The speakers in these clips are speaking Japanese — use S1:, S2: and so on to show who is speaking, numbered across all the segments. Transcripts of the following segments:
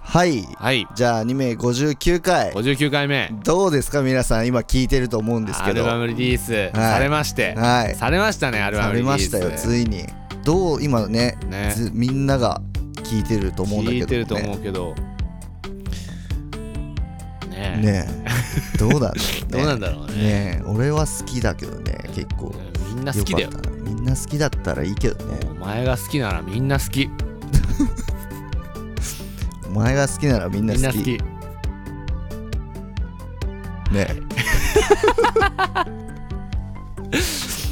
S1: はい
S2: はい
S1: じゃあアニメ59回
S2: 59回目
S1: どうですか皆さん今聞いてると思うんです
S2: ア
S1: け
S2: ル
S1: ど
S2: バムリリースされまして、
S1: はい
S2: されましたねアルバ
S1: さ
S2: ムリ
S1: れ
S2: リー
S1: ま
S2: ス
S1: したよついにどう今ね
S2: ね
S1: ずみんなが聞いてると思うんだけど、ね、
S2: 聞いてると思うけどねえ
S1: ね えどうだろう
S2: ど
S1: ね
S2: うなんだろうね
S1: ねえ俺は好きだけどね結構
S2: ねみんな好きだよ
S1: かったなみんな好きだったらいいけどね
S2: お前が好きならみんな好き
S1: お前が好きならみんな
S2: みんな
S1: 好き
S2: 好き
S1: ね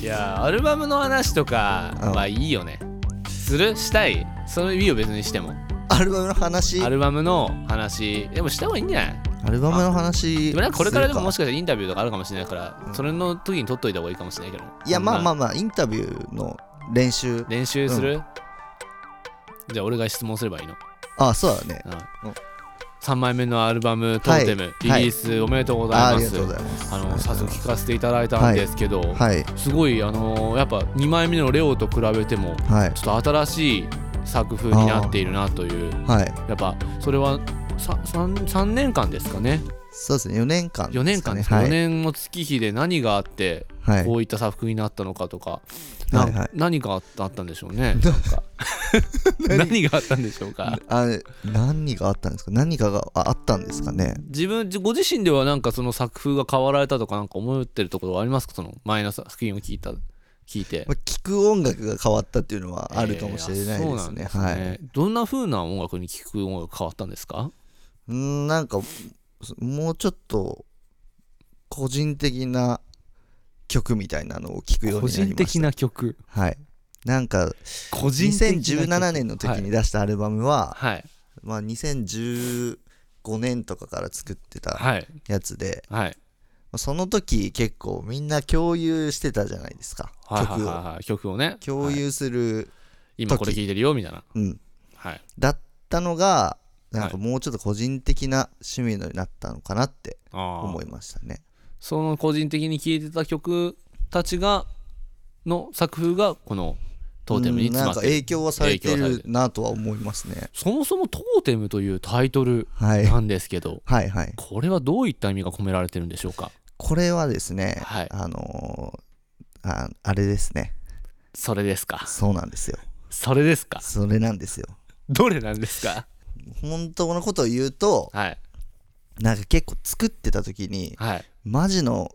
S2: いやーアルバムの話とかはいいよねするしたいそれいいよ別にしても
S1: アルバムの話
S2: アルバムの話でもした方がいいんじゃない
S1: アルバムの話
S2: でもなんかこれからでもも
S1: し
S2: しかしたらインタビューとかあるかもしれないから、それの時に撮っといた方がいいかもしれないけど
S1: いやまあまあ
S2: あ
S1: まあインタビューの練習
S2: 練習する、じゃあ俺が質問すればいいの、
S1: あそうだね
S2: うん
S1: うん
S2: 3枚目のアルバム「トーテム」リリースおめでとうござ
S1: あ
S2: い
S1: あ
S2: ま
S1: りが
S2: す
S1: とうございます
S2: あの
S1: りがと
S2: 早
S1: うござい
S2: 速
S1: ます
S2: 聞かせていただいたんですけど、
S1: はい
S2: すごいあのーやっぱ2枚目の「レオ」と比べても
S1: はい
S2: ちょっと新しい作風になっているなという
S1: はい
S2: やっぱそれは 3, 三年間ですかね
S1: そうですね4年間
S2: 4年間ですか、
S1: はい
S2: 4年の月日で何があって
S1: はい
S2: こういった作風になったのかとか、
S1: はい
S2: な
S1: はい
S2: 何があったあったんでしょう ねなんか何があったんでしょうか
S1: あ何があったんですか何かがああったんですかね
S2: 自分ご自身ではなんかその作風が変わられたとかなんか思ってるところはありますかその前の作品を聞いた聞いて
S1: まあ聞く音楽が変わったっていうのはあるかもしれない
S2: えー
S1: で
S2: あ
S1: す
S2: そうなん
S1: ね。
S2: ですね、
S1: はい。
S2: どんな風な音楽に聞く音楽変わったんですか
S1: うんなんかそもうちょっと個人的な曲みたいなのを聞くようになり
S2: 個
S1: ました。
S2: 人的な曲
S1: はい。なんか
S2: 個人的な曲
S1: 2017年の時に出したアルバムは、
S2: はい
S1: まあ2015年とかから作ってた
S2: はい
S1: やつで、
S2: はい
S1: その時結構みんな共有してたじゃないですか。
S2: はいはい
S1: 曲
S2: はい
S1: を
S2: はい曲をね
S1: 共
S2: はい
S1: 有する、
S2: 今これ聴いてるよみたいな
S1: うん。
S2: はい
S1: だったのがなんかもうちょっと個人的な趣味のになったのかなって
S2: あ
S1: 思
S2: あ
S1: いましたね。
S2: その個人的に聴いてた曲たちがの作風がこのトーテムに
S1: うん
S2: 詰
S1: な
S2: ま
S1: ん
S2: っ
S1: か
S2: てる
S1: 影響はされて
S2: 影響はされ
S1: る
S2: て
S1: なとは思いますね。
S2: そもそもトーテムというタイトル
S1: はい、
S2: なんですけど
S1: はいはい。
S2: これはどういった意味が込められてるんでしょうか
S1: これはですね、
S2: はい
S1: あのーああれですね。
S2: それですか
S1: そうなんですよ。
S2: それですか
S1: それなんですよ。
S2: どれなんですか
S1: 本当のことを言うと
S2: はい
S1: なんか結構作ってた時に
S2: はいはい
S1: マジの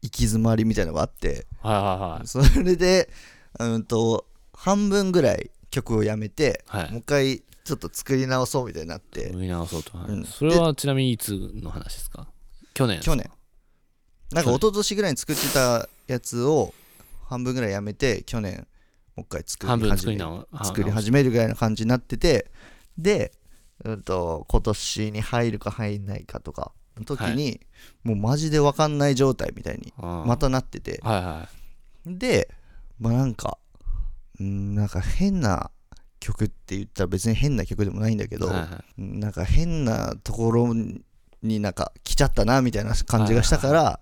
S1: 行き詰まりみたいのがあって
S2: はい
S1: それでうんと半分ぐらい曲をやめて、
S2: はい
S1: もう一回ちょっと作り直そうみたいになって、
S2: 見直そうと、はい
S1: うん
S2: それはちなみにいつの話ですか去年
S1: 去年なんか一昨年ぐらいに作ってたやつを半分ぐらいやめて去年もう一回作
S2: 半
S1: り
S2: 分
S1: 始
S2: 作
S1: め
S2: り直
S1: 作り始めるぐらいの感じになっててで、うん、と今年に入るか入んないかとかの時に、もうマジで分かんない状態みたいにま
S2: ま
S1: たなってて
S2: はいは
S1: でまあなんかうんなんか変な曲って言ったら別に変な曲でもないんだけ
S2: い
S1: ど、
S2: はいは
S1: なんか変なところになんか来ちゃったなみたいな感じがしたから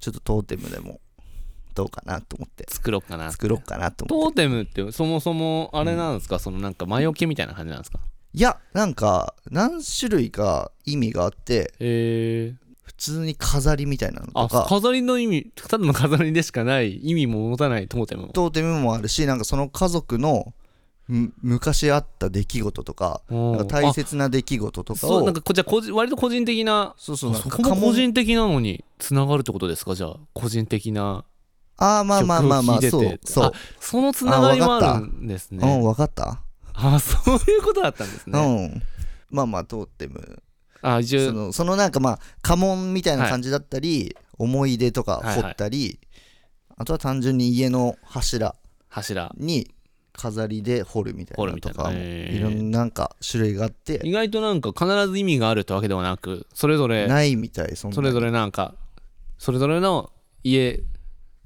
S1: ちょっとトーテムでもどうかなと思って
S2: い作ろうかな
S1: 作ろうかなと
S2: ト
S1: 思って
S2: ーテムってそもそもあれなんですか、そのなんか魔除けみたいな感じなんですか
S1: いやなんか何種類か意味があって
S2: へえ
S1: 普通に飾りみたいなのと
S2: あ
S1: か
S2: 飾りの意味ただの飾りでしかない意味も持たないトーテム
S1: トーテムもあるしなんかその家族のむ昔あった出来事とか
S2: お
S1: な
S2: ー
S1: んか大切な出来事とか
S2: そうな
S1: を
S2: んかこじゃあ個人割と個人的な
S1: そうそうなん
S2: そ
S1: か
S2: こも
S1: 家紋
S2: 個人的なのにつながるってことですかじゃあ個人的な
S1: ああまあまあまあまあ
S2: 曲
S1: そ
S2: を聴いうてて
S1: そう
S2: そのつながりもあるんです
S1: う
S2: ね
S1: ん分かった
S2: あそういうことだったんです
S1: う
S2: ね、
S1: んまあまあトーテム
S2: あ一
S1: そ
S2: 応
S1: のそのなんかまあ家紋みたいな感じだったり、思い出とか
S2: はいはい
S1: 彫ったり、あとは単純に家の柱
S2: 柱
S1: に飾りで彫るみたいなのとかも
S2: 彫るみたいなへー
S1: いろんななんか種類があって
S2: 意外となんか必ず意味があるってわけではなくそれぞれ
S1: ないみたいそんな
S2: それぞれなんかそれぞれの家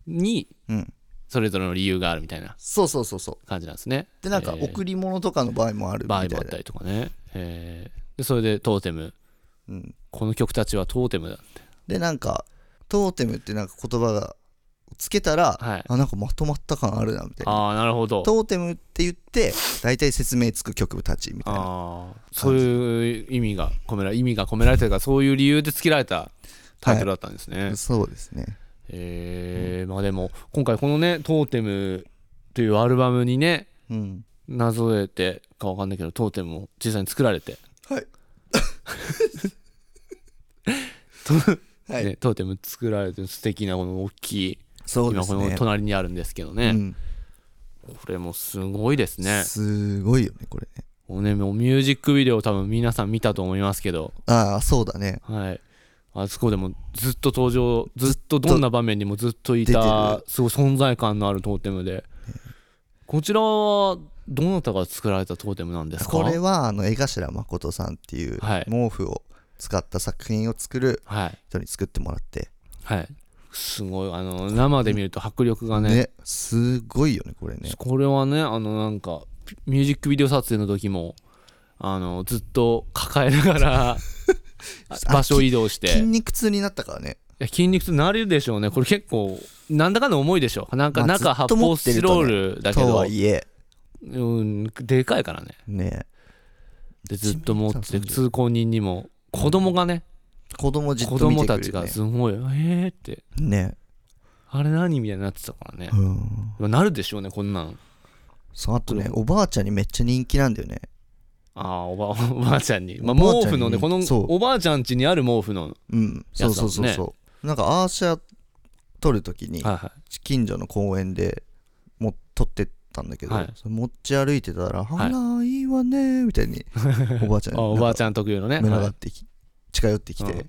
S2: に
S1: うん、
S2: それぞれの理由があるみたいな
S1: そうそうそうそう
S2: 感じなんですね
S1: でなんか
S2: えー
S1: 贈り物とかの場合もあるみ
S2: 場
S1: た
S2: 合
S1: い
S2: もあ
S1: な
S2: ったりとかね、えーでそれでトーテム
S1: うん、
S2: この曲たちはトーテムだ
S1: でなんかトーテムってなんか言葉がつけたら、
S2: はい
S1: あなんかまとまった感あるなみたいな
S2: ああなるほど
S1: トーテムって言って大体説明つく曲たちみたいな
S2: ああそういう意味が込められ意味が込められてるからそういう理由で付けられたタイトルだったんですね、
S1: そうですね
S2: えーまあでも今回このね「トーテム」というアルバムにね
S1: うん
S2: なぞえてかわかんないけどトーテムを実際に作られて、
S1: はいは
S2: ね、トーテム作られて素敵なこの大きい、
S1: そうで
S2: 今こ
S1: す
S2: の
S1: ね
S2: 隣にあるんですけど
S1: う
S2: ね、
S1: ん
S2: これもすごいですね
S1: すごいよねこれね
S2: もうねもうミュージックビデオ多分皆さん見たと思いますけど
S1: ああそうだね
S2: はいあそこでもずっと登場ずっとどんな場面にもずっとい
S1: 出
S2: た
S1: て
S2: すごい存在感のあるトーテムでこちらはどなたが作られたトーテムなんですか
S1: これはあの江頭誠さんっていう
S2: はい
S1: 毛布を使った作品を作る
S2: はい
S1: 人に作ってもらって
S2: はいすごいあの生で見ると迫力がね
S1: ねすごいよねこれね
S2: これはねあのなんかミュージックビデオ撮影の時もあのずっと抱えなが ら場所移動して
S1: 筋肉痛になったからね
S2: いや筋肉痛なるでしょうねこれ結構なんだかの重いでしょなんか
S1: まあず
S2: 中
S1: っ
S2: 発
S1: と持
S2: 泡
S1: っ
S2: ス
S1: て
S2: チ
S1: るとね
S2: ロールだけ
S1: と
S2: ど、
S1: はいえ
S2: うんでかいからね
S1: ね
S2: でずっと持って通行人にも子供がね
S1: 子供じっ
S2: 子
S1: と見
S2: 供
S1: てく
S2: た
S1: る
S2: ち
S1: よ
S2: が
S1: ね
S2: すごい「えー」って
S1: ね
S2: 「あれ何?」みたいになってたからね
S1: うん
S2: なるでしょうねこんなん
S1: そうあとね
S2: 子
S1: おばあちゃんにめっちゃ人気なんだよね
S2: ああおばおばあちゃんに、まあ、
S1: おばあち
S2: 毛
S1: ゃんに
S2: 布のねこの
S1: そう
S2: おばあちゃん家にある毛布の
S1: うん
S2: や
S1: そ
S2: つ
S1: う
S2: だ
S1: そ
S2: もんね
S1: うそうそうなんかアーシャ撮る時に
S2: はいは
S1: 近所の公園でも撮ってったんだけど、
S2: はい
S1: それ持ち歩いてたら「
S2: は
S1: あ
S2: い
S1: らいいわね」みたい におばあちゃん
S2: いあおばあちゃん特有のね
S1: 目が
S2: は
S1: っ
S2: い
S1: てき近寄ってきて、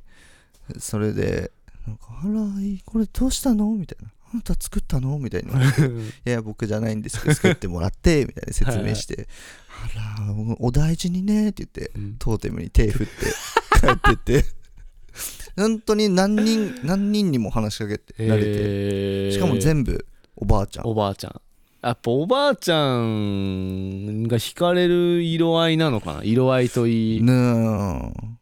S1: それでなんか「あらいいこれどうしたの?」みたいな「あなた作ったの?」みたい な「いやいや僕じゃないんですけど作ってもらって」みたいな説明して「あらお大事にね」って言って
S2: うん
S1: トーテムに手振 って帰ってって本当に何人何人にも話しかけてられて、
S2: へー
S1: しかも全部おばあちゃん
S2: おばあちゃんやっぱおばあちゃんが惹かれる色合いなのかな色合いといい、
S1: ねえ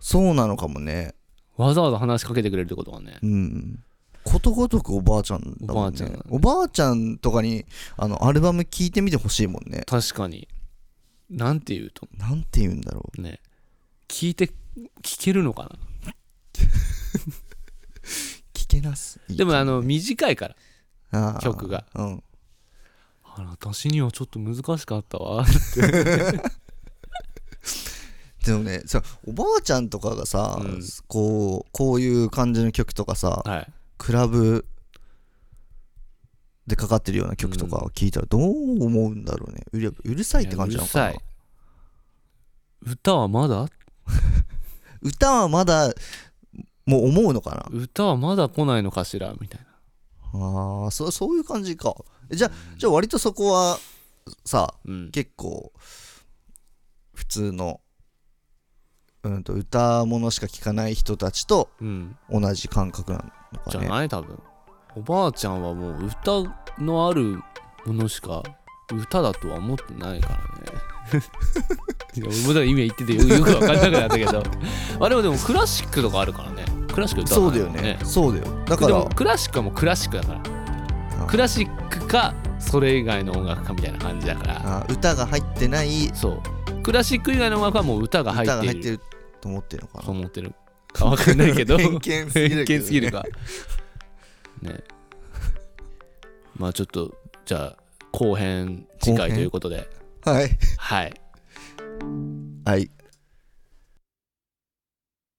S1: そうなのかもね
S2: わざわざ話しかけてくれるってことはね
S1: うんことごとくおばあちゃんだもんね
S2: お
S1: おばあちゃんとかにあのアルバム聴いてみてほしいもんね
S2: 確かになんて言うと
S1: なんて言うんだろ
S2: ね聞いて聞けるのかな
S1: う聞けなす
S2: でもあの短いから
S1: あー
S2: 曲が
S1: うん
S2: あら私にはちょっと難しかった わ
S1: でもねさおばあちゃんとかがさ、
S2: うん
S1: こうこういう感じの曲とかさ
S2: はい
S1: クラブでかかってるような曲とかを聞いたらどう思うんだろうねうるうるさいって感じなのか
S2: いやう
S1: な
S2: るさい歌はまだ
S1: 歌はまだもう思うのかな
S2: 歌はまだ来ないのかしらみたいな
S1: ああそそういう感じかえじゃあじゃあ割とそこはさ
S2: うん
S1: 結構普通の、うん、と歌ものしか聴かない人たちと
S2: うん
S1: 同じ感覚なの
S2: じ
S1: か
S2: ゃ
S1: ね
S2: ない多分おばあちゃんはもう歌のあるものしか歌だとは思ってないから ねいや俺もだから今言っててよよく分かんなくなったけ どあれもでもクラシックとかあるからねクラシック歌
S1: そう
S2: わな
S1: だ
S2: い
S1: よ
S2: もん
S1: ねそうだよだか
S2: で
S1: ら
S2: もクラシックはもうクラシックだから
S1: あ
S2: クラシックかそれ以外の音楽かみたいな感じだから
S1: あー歌が入ってない
S2: そうクラシック以外の音楽はもう歌が入
S1: 歌が
S2: って
S1: 入っ
S2: い
S1: て
S2: る
S1: ると思ってるのか
S2: と
S1: な
S2: 思ってるか分かんない けど
S1: 偏見すぎるけどね
S2: 偏見すぎ るかねまあちょっとじゃあ後編次
S1: 後
S2: 回
S1: 編
S2: ということで
S1: はい
S2: はい
S1: はい